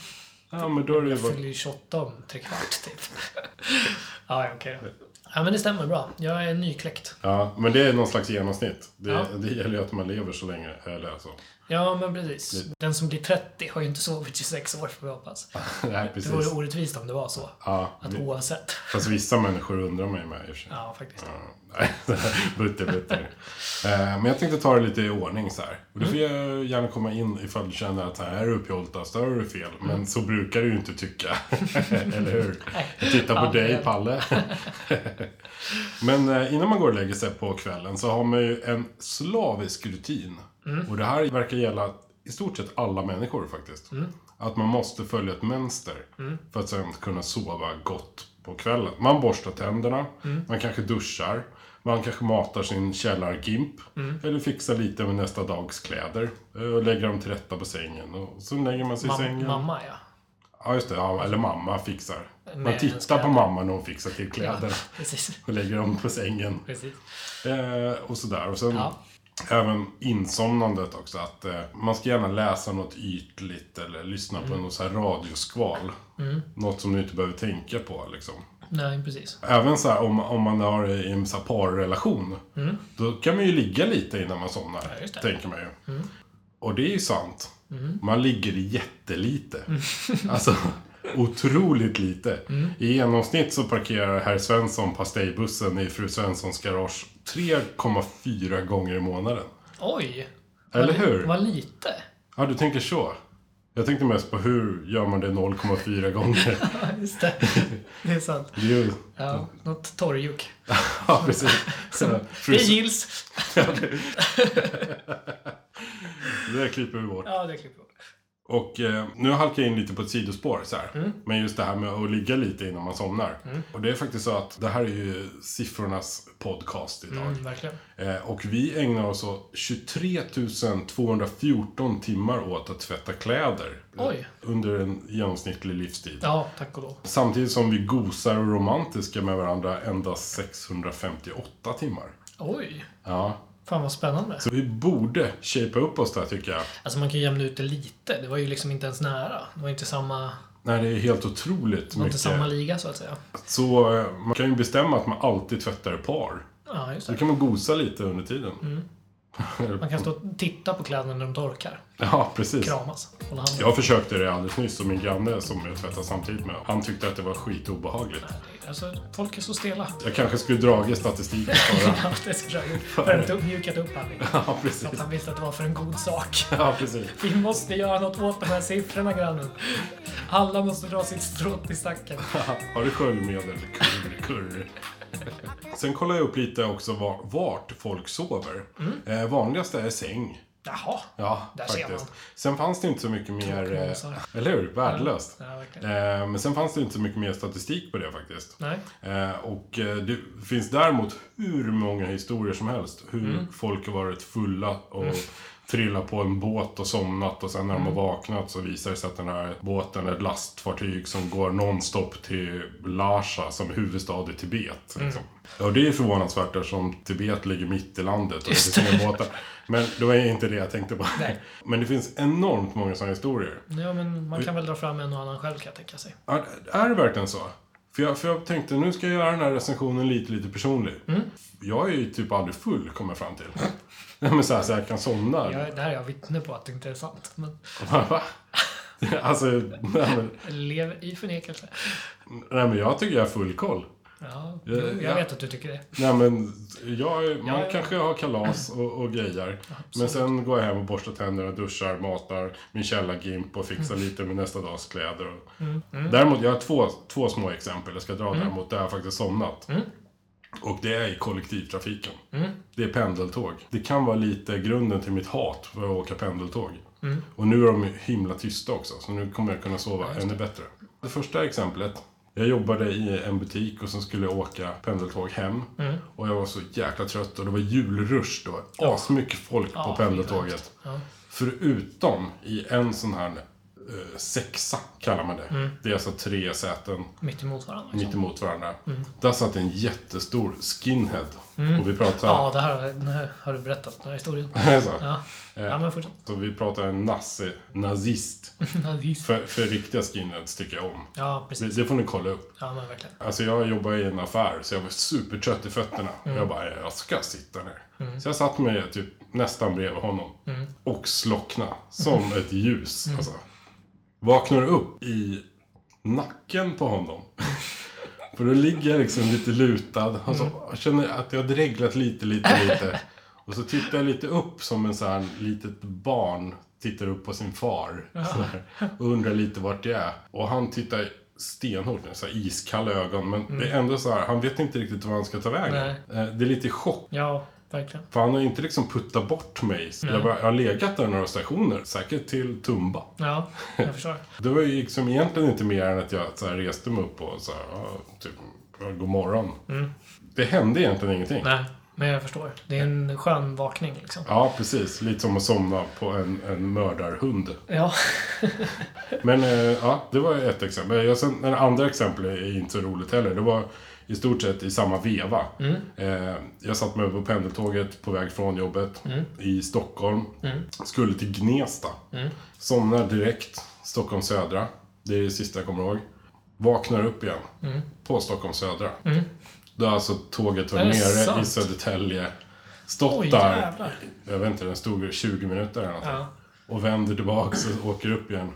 Ja, men då är det ju jag varit... fyller ju 28 om trekvart typ. ja, ja, okej då. Ja, men det stämmer bra. Jag är nykläckt. Ja, men det är någon slags genomsnitt. Det, Ja. det gäller ju att man lever så länge. Eller alltså. så. Ja, men precis. Den som blir 30 har ju inte sovit 26 år, får vi hoppas. Nej, Det vore precis. orättvist om det var så. Ja, Att vi- oavsett. Fast vissa människor undrar mig med i och för sig. Ja, faktiskt. Ja, nej, butter, butter. Eh, Men jag tänkte ta det lite i ordning så här. Och du får jag gärna komma in ifall du känner att här är du uppjoltas, där har du fel. Men så brukar du ju inte tycka. Eller hur? Jag tittar på aldrig. dig, Palle. Men eh, innan man går och lägger sig på kvällen så har man ju en slavisk rutin. Mm. Och det här verkar gälla i stort sett alla människor faktiskt. Mm. Att man måste följa ett mönster för att sen kunna sova gott på kvällen. Man borstar tänderna, Mm. man kanske duschar, man kanske matar sin källargimp. Mm. Eller fixar lite med nästa dags kläder. eh, Och lägger dem till rätta på sängen. Och så lägger man sig i Mam- sängen. mamma, ja. Ja, just det. Ja, eller mamma fixar. Man ens tittar på kläder. mamma när hon fixar till kläderna. Precis. Och lägger dem på sängen. precis. Eh, och sådär. Och sen Ja. även insomnandet också. Att eh, man ska gärna läsa något ytligt eller lyssna på något så här radioskval. Något som du inte behöver tänka på liksom. Nej, precis. Även så här om, om man har i en så här parrelation. Då kan man ju ligga lite innan man somnar. Mm. just det. Mm. tänker man ju. Och det är ju sant. Man ligger jättelite. Mm. Alltså otroligt lite. I genomsnitt så parkerar herr Svensson pastejbussen i fru Svenssons garage 3,4 gånger i månaden. Oj! Eller vad, li- hur? Vad lite. Ja, du tänker så. Jag tänkte mest på hur gör man det 0,4 gånger? Ja, just det. Det är sant. Det är ju... Ja, något torrjuk. Ja, precis. Fru, Det gills! det där klipper vi bort. Ja, det klipper vi bort. Och eh, nu halkar jag in lite på ett sidospår så här. Mm. Men just det här med att ligga lite innan man somnar. Och det är faktiskt så att det här är ju siffrornas podcast idag. Mm, verkligen. Eh, och vi ägnar oss åt 23 214 timmar åt att tvätta kläder. Oj. Under en genomsnittlig livstid. Ja, tack och lov. Samtidigt som vi gosar och romantiska med varandra endast 658 timmar. Oj! Ja. Fan vad spännande. Så vi borde shapea upp oss där tycker jag. Alltså man kan ju jämna ut det lite. Det var ju liksom inte ens nära. Det var inte samma, Nej, det är helt otroligt det var inte samma liga så att säga. Så eh, man kan ju bestämma att man alltid tvättar ett par. Ja, just Så då det. kan man gosa lite under tiden. Man kan stå och titta på kläderna när de torkar. Ja, precis. Kramas. Hålla handen. Jag försökte det alldeles nyss och min granne som jag tvättar samtidigt med, han tyckte att det var skitobehagligt. Alltså, folk är så stela. Jag kanske skulle dragit statistiken för det. Ja, det skulle jag ha gjort. Värmt upp, mjukat upp han lite. Ja, Så att precis. han visste att det var för en god sak. Ja, precis. Vi måste göra något åt de här siffrorna grannen. Alla måste dra sitt strå till stacken. Har du sköljmedel? Kurr, kurr. Sen kollar jag upp lite också var, vart folk sover. Eh, vanligast är säng. Jaha. Ja, Där ser faktiskt. man. Sen fanns det inte så mycket mer... Kråkmåsar. Eh, eller hur? Värdelöst. Ja, verkligen. Eh, Men sen fanns det inte så mycket mer statistik på det faktiskt. Nej. Eh, Och eh, det finns däremot hur många historier som helst. Hur folk har varit fulla och trillat på en båt och somnat och sen när de har vaknat så visar det sig att den här båten är ett lastfartyg som går nonstop till Lhasa som är huvudstad i Tibet. Liksom. Och det är förvånansvärt eftersom Tibet ligger mitt i landet och Just det finns inga båtar. Men det var inte det jag tänkte på. Men det finns enormt många sådana historier. Ja, men man kan väl dra fram en och annan själv kan jag tänka sig. Är, är det verkligen så? För jag, för jag tänkte, nu ska jag göra den här recensionen lite, lite personlig. Mm. Jag är ju typ aldrig full, kommer jag fram till. Nej, men så här, så jag kan somna. Jag, det här är jag vittne på att det inte är sant. Men Va? alltså, nej men, jag lever i förnekelse. nej men jag tycker jag är full koll. Ja, Ja, jag, ja. jag vet att du tycker det. Nej men, jag, är- man Ja, ja. kanske har kalas och, och grejer. Men sen går jag hem och borstar tänderna, duschar, matar min källargimp och fixar Mm. lite med nästa dags kläder. Och... Däremot, jag har två, två små exempel jag ska dra Mm. däremot, där jag faktiskt somnat. Och det är i kollektivtrafiken. Det är pendeltåg. Det kan vara lite grunden till mitt hat för att åka pendeltåg. Och nu är de himla tysta också, så nu kommer jag kunna sova ännu bättre. Det första exemplet. Jag jobbade i en butik och sen skulle jag åka pendeltåg hem. Och jag var så jäkla trött och det var julrush. Det var asmycket folk på fy pendeltåget. Förutom i en sån här eh, sexa, kallar man det. Det är alltså tre säten Mitt emot varandra. Liksom. mitt emot varandra. Där satt en jättestor skinhead. Och vi pratade... Mm. Ja, det här, har- den här har du berättat, den här historien. så. Eh, Ja, ja men fortsätt. Så vi pratar en nazi, nazist. Nazist. För, för riktiga skinheads tycker jag om. Ja, precis. Det, det får ni kolla upp. Ja, men verkligen. Alltså jag jobbar i en affär så jag var supertrött i fötterna. Mm. Jag bara, jag ska sitta ner. Så jag satt mig typ nästan bredvid honom. Mm. Och slockna som ett ljus. Alltså. Vaknar upp i nacken på honom. För då ligger jag liksom lite lutad. Och så känner jag att jag har dreglat lite, lite, lite. Och så tittar jag lite upp som en sån här litet barn tittar upp på sin far. Så här, och undrar lite vart det är. Och han tittar stenhårt med så här iskalla ögon. Men det är ändå så här, han vet inte riktigt vad han ska ta vägen. Eh, Det är lite chock. Ja, verkligen. För han har inte liksom puttat bort mig. Så Jag, bara, jag har legat där några stationer. Säkert till Tumba. Ja, jag förstår. Det var ju liksom egentligen inte mer än att jag så här reste mig upp och så här, ja, typ, ja, god morgon. Det hände egentligen ingenting. Nej, men jag förstår. Det är en skön vakning liksom. Ja, precis. Lite som att somna på en, en mördarhund. Ja, Men eh, ja, det var ett exempel. Jag, sen, det andra exempel är inte så roligt heller. Det var i stort sett i samma veva. Mm. Eh, jag satt mig på pendeltåget på väg från jobbet Mm. i Stockholm. Skulle till Gnesta. Mm. Somnar direkt, Stockholm södra. Det är det sista jag kommer ihåg. Vaknar upp igen, Mm. på Stockholm södra. Då har alltså tåget varit Är det nere i sant? Södertälje. Stått Oj, där, jävlar. jag vet inte, den stod i 20 minuter eller någonting. Ja. Och vänder tillbaks och åker upp igen.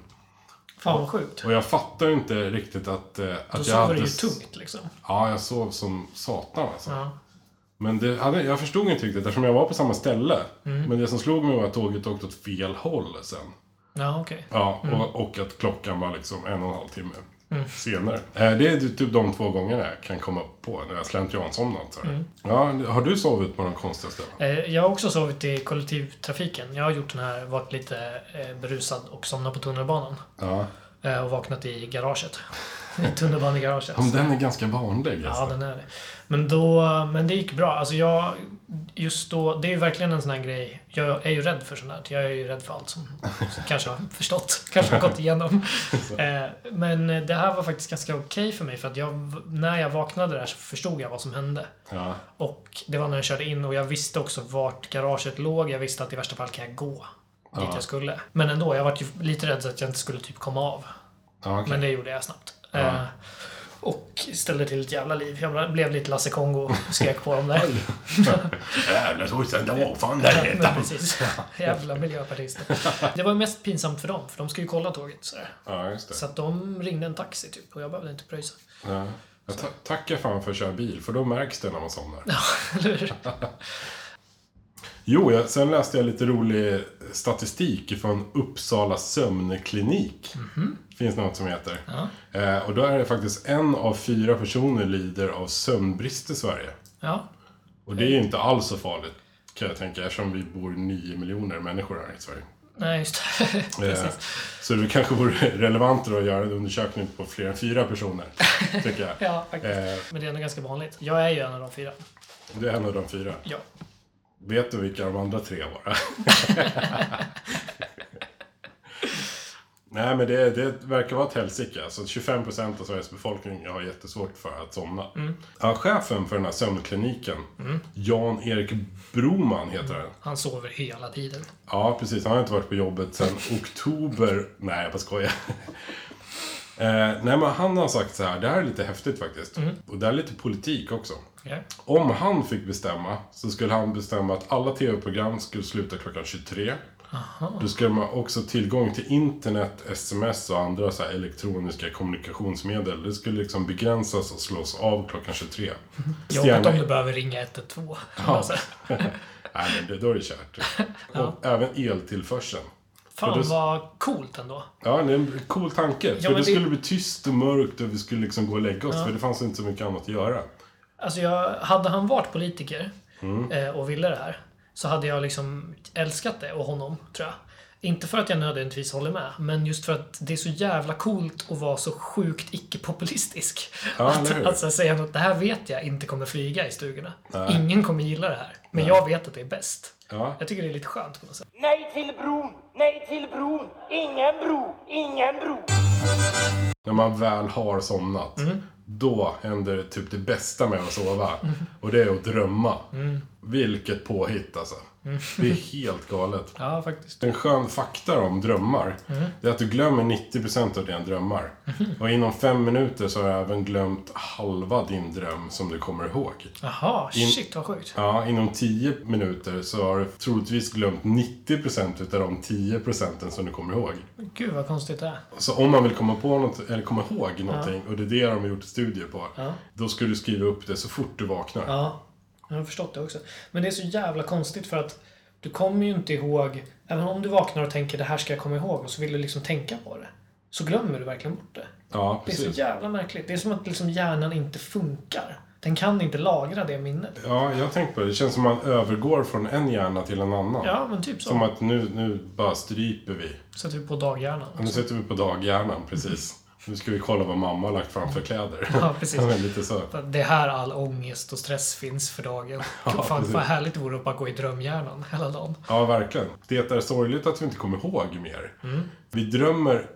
fan vad sjukt. Och jag fattar inte riktigt att... eh, Då att jag sover hade... du ju s- tungt liksom. Ja, jag sov som satan alltså. Ja. Men det hade, jag förstod inte riktigt eftersom jag var på samma ställe. Mm. Men det som slog mig var att tåget åkte åt fel håll sen. Ja, okej. Ja, Mm. och, och att klockan var liksom en och en halv timme senare. Eh, Det är typ de två gångerna jag kan komma på när jag slentriansomnat. så här. Mm. Ja, har du sovit på någon konstiga ställen? Eh, Jag har också sovit i kollektivtrafiken. Jag har gjort den här, varit lite eh, berusad och somnat på tunnelbanan. Ja. Eh, Och vaknat i garaget. I tunnelbanegaraget. Men den är ganska vanlig. Ja, Alltså. den är det. Men, då, men det gick bra. Alltså jag, just då, det är ju verkligen en sån här grej. Jag är ju rädd för sånt här. Jag är ju rädd för allt som som kanske har förstått, kanske har gått igenom. Eh, Men det här var faktiskt ganska okej för mig för att jag, när jag vaknade där så förstod jag vad som hände. Ja. Och det var när jag körde in och jag visste också vart garaget låg. Jag visste att i värsta fall kan jag gå dit jag skulle. Men ändå, jag var ju lite rädd så att jag inte skulle typ komma av. Ja, okej. Men det gjorde jag snabbt. Eh, och ställde till ett jävla liv. Jag blev lite Lasse Kongo och skrek på dem där. Jävla sossen, det var fan där Men redan. precis. Jävla miljöpartister. Det var mest pinsamt för dem, för de ska ju kolla tåget. Sådär. Ja, just det. Så att de ringde en taxi typ och jag behövde inte pröjsa. Ja. Jag ta- tackar fan för att köra bil, för då märks det när man somnar. Eller hur? Jo, jag, sen läste jag lite rolig statistik från Uppsala sömnklinik. Mhm. Finns något som heter. Eh, och då är det faktiskt en av fyra personer lider av sömnbrist i Sverige. Ja, Och det är inte alls så farligt, kan jag tänka, eftersom vi bor nio miljoner människor här i Sverige. nej just det. Eh, så det kanske vore relevant att göra en undersökning på fler än fyra personer, tycker jag. Ja, faktiskt. Eh, Men det är ändå ganska vanligt. Jag är ju en av de fyra. det är en av de fyra. Ja. Vet du vilka de andra tre var? Nej, men det, det verkar vara ett helsike. Alltså 25% av Sveriges befolkning har jättesvårt för att somna. Ja, chefen för den här sömnkliniken, Jan-Erik Broman heter han. Han sover hela tiden. Ja, precis. Han har inte varit på jobbet sedan oktober. Nej, jag bara skojar. Eh, nej, men han har sagt så här. Det här är lite häftigt faktiskt. Och det här är lite politik också. Okej. Om han fick bestämma så skulle han bestämma att alla tv-program skulle sluta klockan 23. Då ska man också tillgång till internet, sms och andra så här elektroniska kommunikationsmedel. Det skulle liksom begränsas och slås av klockan 23. Jobbigt om du behöver ringa 112. Alltså, Nej, men det, då är det kört. Och även eltillförseln. fan du- vad coolt ändå. Ja, det är en cool tanke. för men det, det- skulle bli tyst och mörkt och vi skulle liksom gå och lägga oss. För det fanns inte så mycket annat att göra. Alltså jag, hade han varit politiker Mm. eh, och ville det här så hade jag liksom älskat det och honom, tror jag. Inte för att jag nödvändigtvis håller med, men just för att det är så jävla coolt att vara så sjukt icke-populistisk. Ja, eller att hur? alltså, säga något, det här vet jag inte kommer flyga i stugorna. Ingen kommer gilla det här, men jag vet att det är bäst. Ja. Jag tycker det är lite skönt på något sätt. Nej till bron! Nej till bron! Ingen bro! Ingen bro! När man väl har somnat. Då händer typ det bästa med att sova. Och det är att drömma. Vilket påhitt alltså. Det är helt galet. Ja, faktiskt. En skön fakta om drömmar, det är att du glömmer 90% av dina drömmar. Och inom fem minuter så har jag även glömt halva din dröm som du kommer ihåg. Jaha, shit vad sjukt. Ja, inom 10 minuter så har du troligtvis glömt 90% utav de 10 procenten som du kommer ihåg. Gud vad konstigt det är. Så Alltså, om man vill komma på något, eller komma ihåg någonting, och det är det de har gjort studier på, då ska du skriva upp det så fort du vaknar. Ja, jag har förstått det också. Men det är så jävla konstigt för att du kommer ju inte ihåg, även om du vaknar och tänker det här ska jag komma ihåg och så vill du liksom tänka på det. Så glömmer du verkligen bort det. Ja, Det är så precis. jävla märkligt. Det är som att liksom hjärnan inte funkar. Den kan inte lagra det minnet. Ja, jag har tänkt på det. Det känns som man övergår från en hjärna till en annan. Ja, men typ Som så. att nu, nu bara stryper vi. Sätter vi på daghjärnan. Ja, Nu sätter vi på daghjärnan, precis. Nu ska vi kolla vad mamma har lagt fram för kläder. Ja, precis. men lite så. Det är här all ångest och stress finns för dagen. Fan precis. vad härligt det vore att bara gå i drömhjärnan hela dagen. Ja, verkligen. Det är sorgligt att vi inte kommer ihåg mer. Mm. Vi drömmer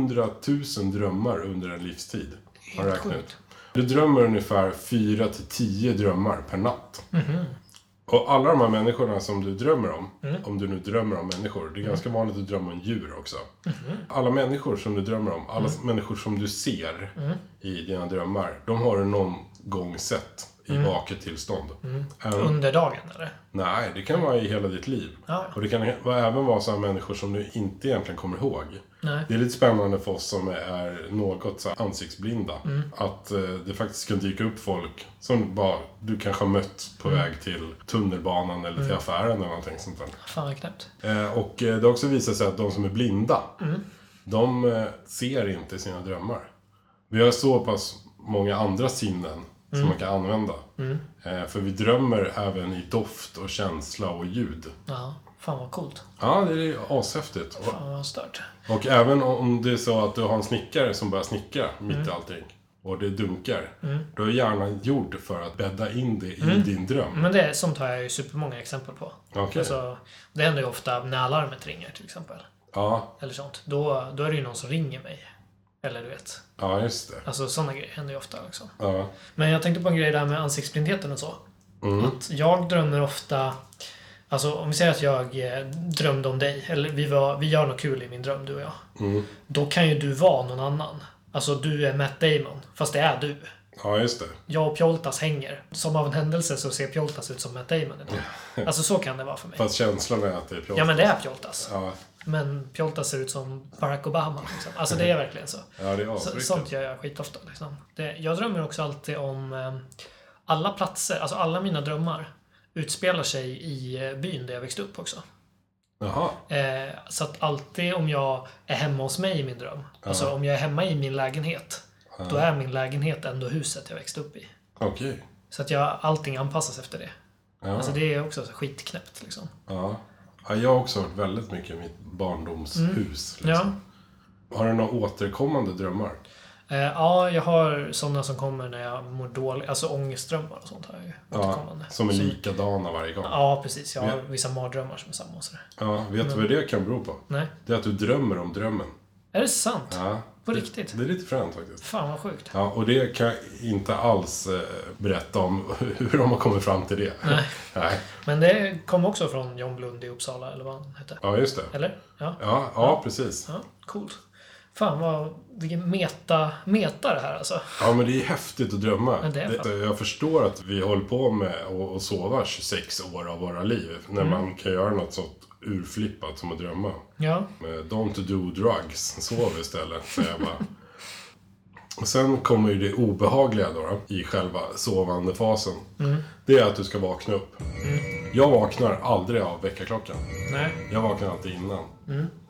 hundratusen drömmar under en livstid. Har jag Helt räknat sjukt. ut. Du drömmer ungefär fyra till tio drömmar per natt. Mhm. Och alla de här människorna som du drömmer om, Mm. om du nu drömmer om människor, det är ganska vanligt att drömma om djur också. Mhm. Alla människor som du drömmer om, alla Mm. människor som du ser i dina drömmar, de har du någon gång sett i Mm. vaket tillstånd. Även Under dagen eller? Nej, det kan vara i hela ditt liv. Ja. Och det kan vara- även vara sådana människor som du inte egentligen kommer ihåg. Nej. Det är lite spännande för oss som är något så här ansiktsblinda. Mm. Att eh, det faktiskt kan dyka upp folk som bara, du kanske har mött på Mm. väg till tunnelbanan eller till affären eller någonting sånt där. Fan vad knäppt. Eh, och eh, det har också visat sig att de som är blinda, de eh, ser inte sina drömmar. Vi har så pass många andra sinnen som man kan använda. Eh, för vi drömmer även i doft och känsla och ljud. Ja, fan vad coolt. Ja, det är ashäftigt. Och, Fan vad stört. och även om det är så att du har en snickare som börjar snickra mitt i Mm. allting och det dunkar, då är hjärnan gjord för att bädda in det i Mm. din dröm. Men det, sånt har jag ju supermånga exempel på. Okej. Alltså, det händer ju ofta när alarmet ringer till exempel. Ja, Eller sånt. Då, då är det ju någon som ringer mig. Eller du vet. ja, just det. Alltså sådana grejer händer ju ofta. Liksom. Ja. Men jag tänkte på en grej där med ansiktsblindheten och så. Att jag drömmer ofta... Alltså om vi säger att jag eh, drömde om dig. Eller vi, var, vi gör något kul i min dröm, du och jag. Då kan ju du vara någon annan. Alltså du är Matt Damon. Fast det är du. ja, just det. jag och Pjoltas hänger. Som av en händelse så ser Pjoltas ut som Matt Damon idag. Alltså så kan det vara för mig. Fast känslan är att det är pjås. Ja men det är Pjoltas. Ja, Men Pjoltas ser ut som Barack Obama. Liksom. Alltså det är verkligen så. ja, det är så asriktigt. sånt gör jag skitofta. Liksom. Det, jag drömmer också alltid om eh, alla platser, alltså alla mina drömmar utspelar sig i eh, byn där jag växte upp också. Jaha, Eh, så att alltid om jag är hemma hos mig i min dröm, alltså om jag är hemma i min lägenhet, då är min lägenhet ändå huset jag växte upp i. okej. Så att jag, allting anpassas efter det. Ja. Alltså det är också skitknäppt liksom. ja. ja, jag har också hört väldigt mycket i mitt barndomshus. Liksom. Mm. Ja. Har du några återkommande drömmar? Eh, ja, jag har sådana som kommer när jag mår dåligt. Alltså ångestdrömmar och sånt har jag ju återkommande. som är Så- likadana varje gång. Ja. Ja, precis. Jag har vissa mardrömmar som är samma och sådär. vet du vad det kan bero på? Nej. Det är att du drömmer om drömmen. Är det sant? Ja. På det, riktigt? Det är lite fränt faktiskt. Fan vad sjukt. Ja, och det kan jag inte alls eh, berätta om hur de har kommit fram till det. Nej. Nej. Men det kom också från John Blund i Uppsala, eller vad han hette. Ja, just det. Eller? Ja. Ja, ja, precis. ja. Coolt. Fan vad... Vilken meta, meta det här alltså. Ja, men det är häftigt att drömma. Ja, det är det, jag förstår Mm. att vi håller på med att att sova 26 år av våra liv. När man kan göra något så urflippat som att drömma. Ja. Eh, Don't do drugs, sov istället, säger jag bara. Och sen kommer ju det obehagliga då, då i själva sovandefasen. Mm. Det är att du ska vakna upp. Jag vaknar aldrig av väckarklockan. Nej. Jag vaknar alltid innan.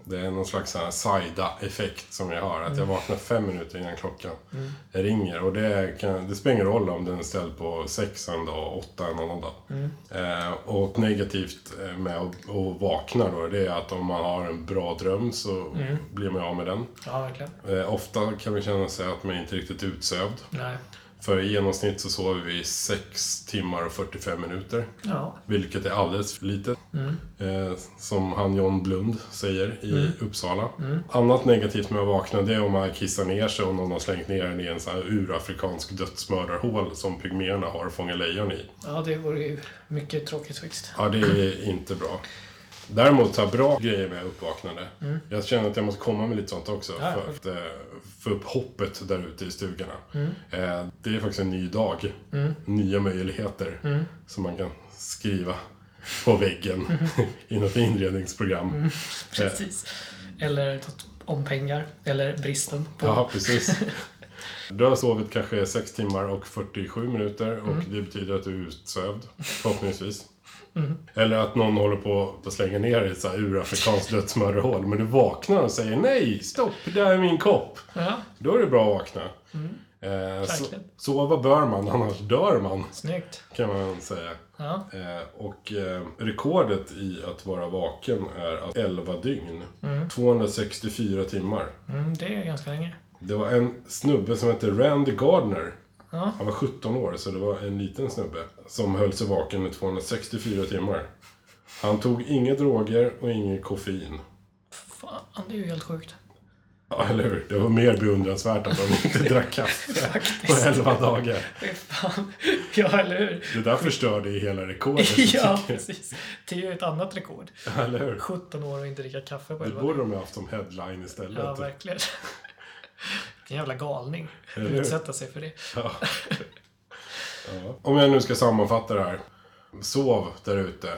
Det är någon slags så här Saida-effekt som jag har. Att jag vaknar fem minuter innan klockan ringer. Och det, kan, det spelar ingen roll om den är ställd på sex en dag, åtta en annan dag. Eh, och negativt eh, med att, att vakna då, det är att om man har en bra dröm så blir man av med den. Ja, verkligen. Eh, ofta kan man känna sig att man inte är riktigt utsövd. Nej. För i genomsnitt så sover vi 6 timmar och 45 minuter. Ja. Vilket är alldeles för lite. Eh, som han John Blund säger i Uppsala. Annat negativt med att vakna det är om man kissar ner sig och någon har slängt ner en i en sån här urafrikansk dödsmördarhål som pygméerna har fångat lejon i. Ja, det vore ju mycket tråkigt faktiskt. Ja, det är inte bra. Däremot så här bra grejer med uppvaknande. Jag känner att jag måste komma med lite sånt också. Mm. Ja, Mm. för att eh, få upp hoppet där ute i stugorna. Eh, det är faktiskt en ny dag. Nya möjligheter Mm. som man kan skriva på väggen i något inredningsprogram. Mm. Eh, Precis. Eller något om pengar. Eller bristen på... Ja, precis. Du har sovit kanske 6 timmar och 47 minuter Mm. och det betyder att du är utsövd, förhoppningsvis. Mm. Eller att någon håller på att slänga ner i ett så här urafrikanskt dödsmörrehål, men du vaknar och säger nej, stopp, där är min kopp. Ja, Då är det bra att vakna. Eh, so Mm. Verkligen. sova bör man, annars dör man, snyggt. kan man säga. Ja. Eh, och eh, rekordet i att vara vaken är att 11 dygn, 264 timmar. Mm, det är ganska länge. Det var en snubbe som hette Randy Gardner. Ja. Han var 17 år, så det var en liten snubbe. Som höll sig vaken i 264 timmar. Han tog inga droger och ingen koffein. Fan, det är ju helt sjukt. Ja, eller hur? Det var mer beundransvärt att han inte drack kaffe på 11 dagar. Fy fan. Ja, eller hur? Det där förstörde ju hela rekordet. Ja, precis. Det är ju ett annat rekord. Eller hur? 17 år och inte dricka kaffe på Det 11 borde de ha haft som headline istället. Ja, verkligen. Vilken jävla galning. Eller hur? Utsätta sig för det. Ja. Ja. Om jag nu ska sammanfatta det här. Sov där ute.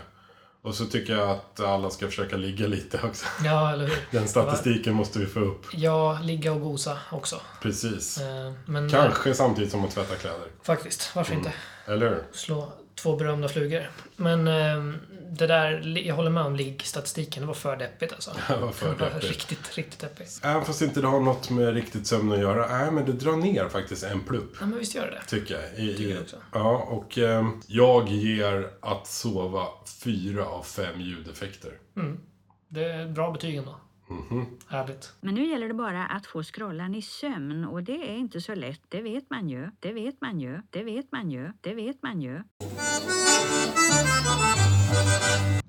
Och så tycker jag att alla ska försöka ligga lite också. Ja, eller hur? Den statistiken måste vi få upp. Ja, ligga och gosa också. Precis. Eh, Men Kanske samtidigt som att tvätta kläder. faktiskt, varför Mm. inte? Eller hur? Slå två berömda flugor. Men eh, det där, li- jag håller med om liggstatistiken. Det var för deppigt alltså. Det var för Det var deppigt. Riktigt, riktigt deppigt. Även fast inte det har något med riktigt sömn att göra. Nej, men det drar ner faktiskt en plupp. Ja, men visst gör det det. Tycker jag. I, Tycker i, jag också. ja, och ehm, jag ger att sova fyra av fem ljudeffekter. Mm. Det är bra betyg ändå. Mhm. Härligt. Men nu gäller det bara att få scrollan i sömn och det är inte så lätt, det vet man ju. Det vet man ju, det vet man ju, det vet man ju.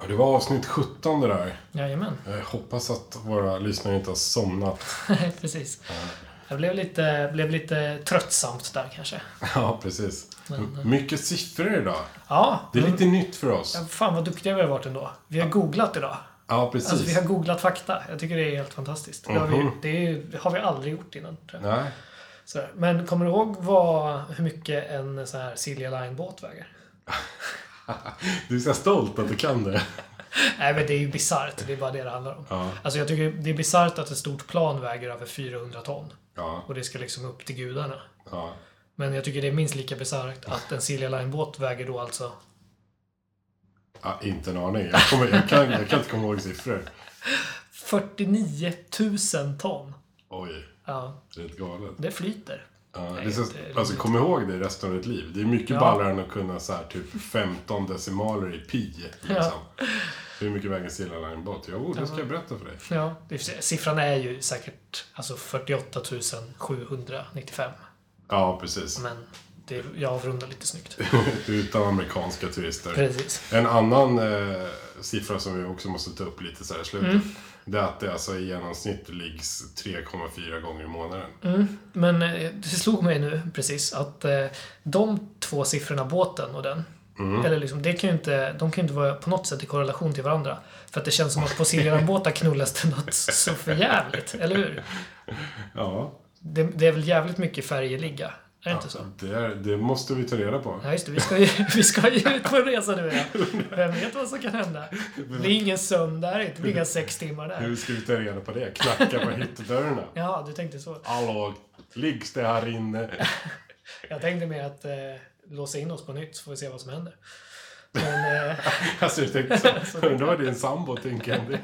Ja, det var avsnitt 17 det där. Jajamän. Jag hoppas att våra lyssnare inte har somnat. Precis. Det blev lite, blev lite tröttsamt där kanske. Ja, precis. Mycket siffror idag. eh, Ja, Det är lite nytt för oss. fan vad duktiga vi har varit ändå. Vi har googlat idag. Ja, precis. Mhm. Alltså vi har googlat fakta. Jag tycker det är helt fantastiskt. Det har vi, det är, ju- det har vi aldrig gjort innan. Tror jag. Nej. Sådär. Men kommer du ihåg vad, hur mycket en sån här Silja Line-båt väger? Du är så stolt att du kan det. Nej men det är ju bisarrt. Det är bara det det handlar om. Ja. Alltså jag tycker det är bisarrt att ett stort plan väger över 400 ton. Ja, Och det ska liksom upp till gudarna. ja. Men jag tycker det är minst lika bisarrt att en Silja Line-båt väger då alltså... ja inte en aning. Jag, kommer, jag, kan, jag kan inte komma ihåg siffror. 49 000 ton! Oj, Ja, det är helt galet. det flyter. Ja, det är så, det är alltså, kom ihåg det resten av ditt liv. Det är mycket Ja. ballare än att kunna så här, typ 15 decimaler i pi. Liksom. Ja. Hur mycket väger Silja Line bort? Jo, det ska jag berätta för dig. Ja, det, siffran är ju säkert alltså 48 795. Ja, precis. Men det, jag avrundar lite snyggt. Utan amerikanska turister. Precis. En annan eh, siffra som vi också måste ta upp lite så här i slutet. Det är att det alltså i genomsnitt liggs 3,4 gånger i månaden. Men eh, det slog mig nu precis att eh, de två siffrorna, båten och den, Eller liksom, det kan ju inte, de kan ju inte vara på något sätt i korrelation till varandra. För att det känns som att på Siljaranbåtar knullas det något så förjävligt, eller hur? Ja, Det, det är väl jävligt mycket färjeligga Är det inte så? Det, är, det måste vi ta reda på. Ja, just det. Vi ska ju, vi ska ju ut på en resa nu ja. Vem vet vad som kan hända? Det blir ingen sömn där inte. Det blir inga sex timmar där. Hur ska vi ta reda på det? Knacka på hyttdörrarna. Ja, du tänkte så. Hallå, liggs det här inne? Jag tänkte mer att eh, låsa in oss på nytt så får vi se vad som händer. Men, eh, Alltså jag tänkte så. Undrar vad din sambo tänker om det.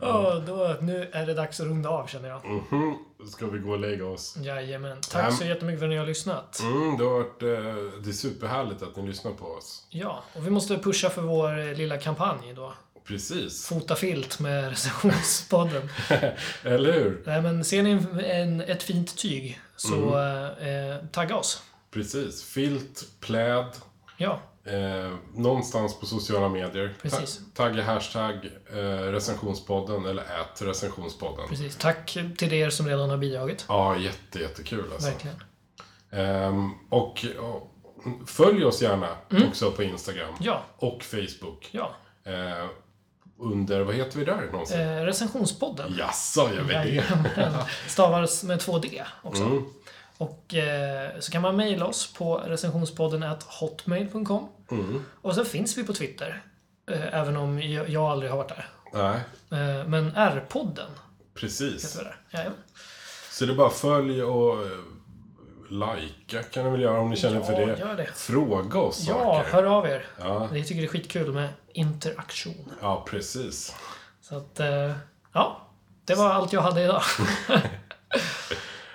åh, då, nu är det dags att runda av känner jag. Mhm, Ska vi gå och lägga oss? Jajamän. Tack så jättemycket för att ni har lyssnat. Mm, det har varit... eh, Det är superhärligt att ni lyssnar på oss. Ja, och vi måste pusha för vår eh, lilla kampanj då. Precis. Fota filt med recensionspodden. Eller hur? Nej, men ser ni en, en, ett fint tyg så eh, tagga oss. Precis. Filt, pläd. Ja, Eh, någonstans på sociala medier. Precis. Ta- Tagga hashtag eh, recensionspodden eller ät recensionspodden. precis. Tack till er som redan har bidragit. Ja, jätte, jättekul alltså. Verkligen. Ehm, och ja, följ oss gärna också på Instagram Mm. Ja, och Facebook. ja. Eh, under, vad heter vi där någonsin? Eh, recensionspodden. Jaså, gör vi det? Jajamän. Stavas med två D också. Mm. Och eh, så kan man mejla oss på recensionspodden at hotmail.com. Mm. Och sen finns vi på Twitter. Eh, även om jag, jag aldrig har varit där. Nej, Eh, men R-podden precis. heter det där. Jajamän. Så det är bara följ och eh, likea kan ni väl göra om ni känner Ja, för det. gör det. Fråga oss Ja, saker. hör av er. Ja. Vi tycker det är skitkul med interaktion. Ja, precis. Så att, eh, ja. Det var allt jag hade idag.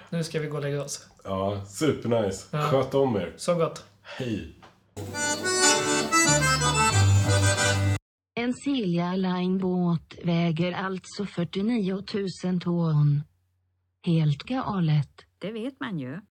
nu ska vi gå och lägga oss. Ja, supernice. Sköt om er. Så gott. Hej. En Silja Line-båt väger alltså 49 000 ton. Helt galet. Det vet man ju.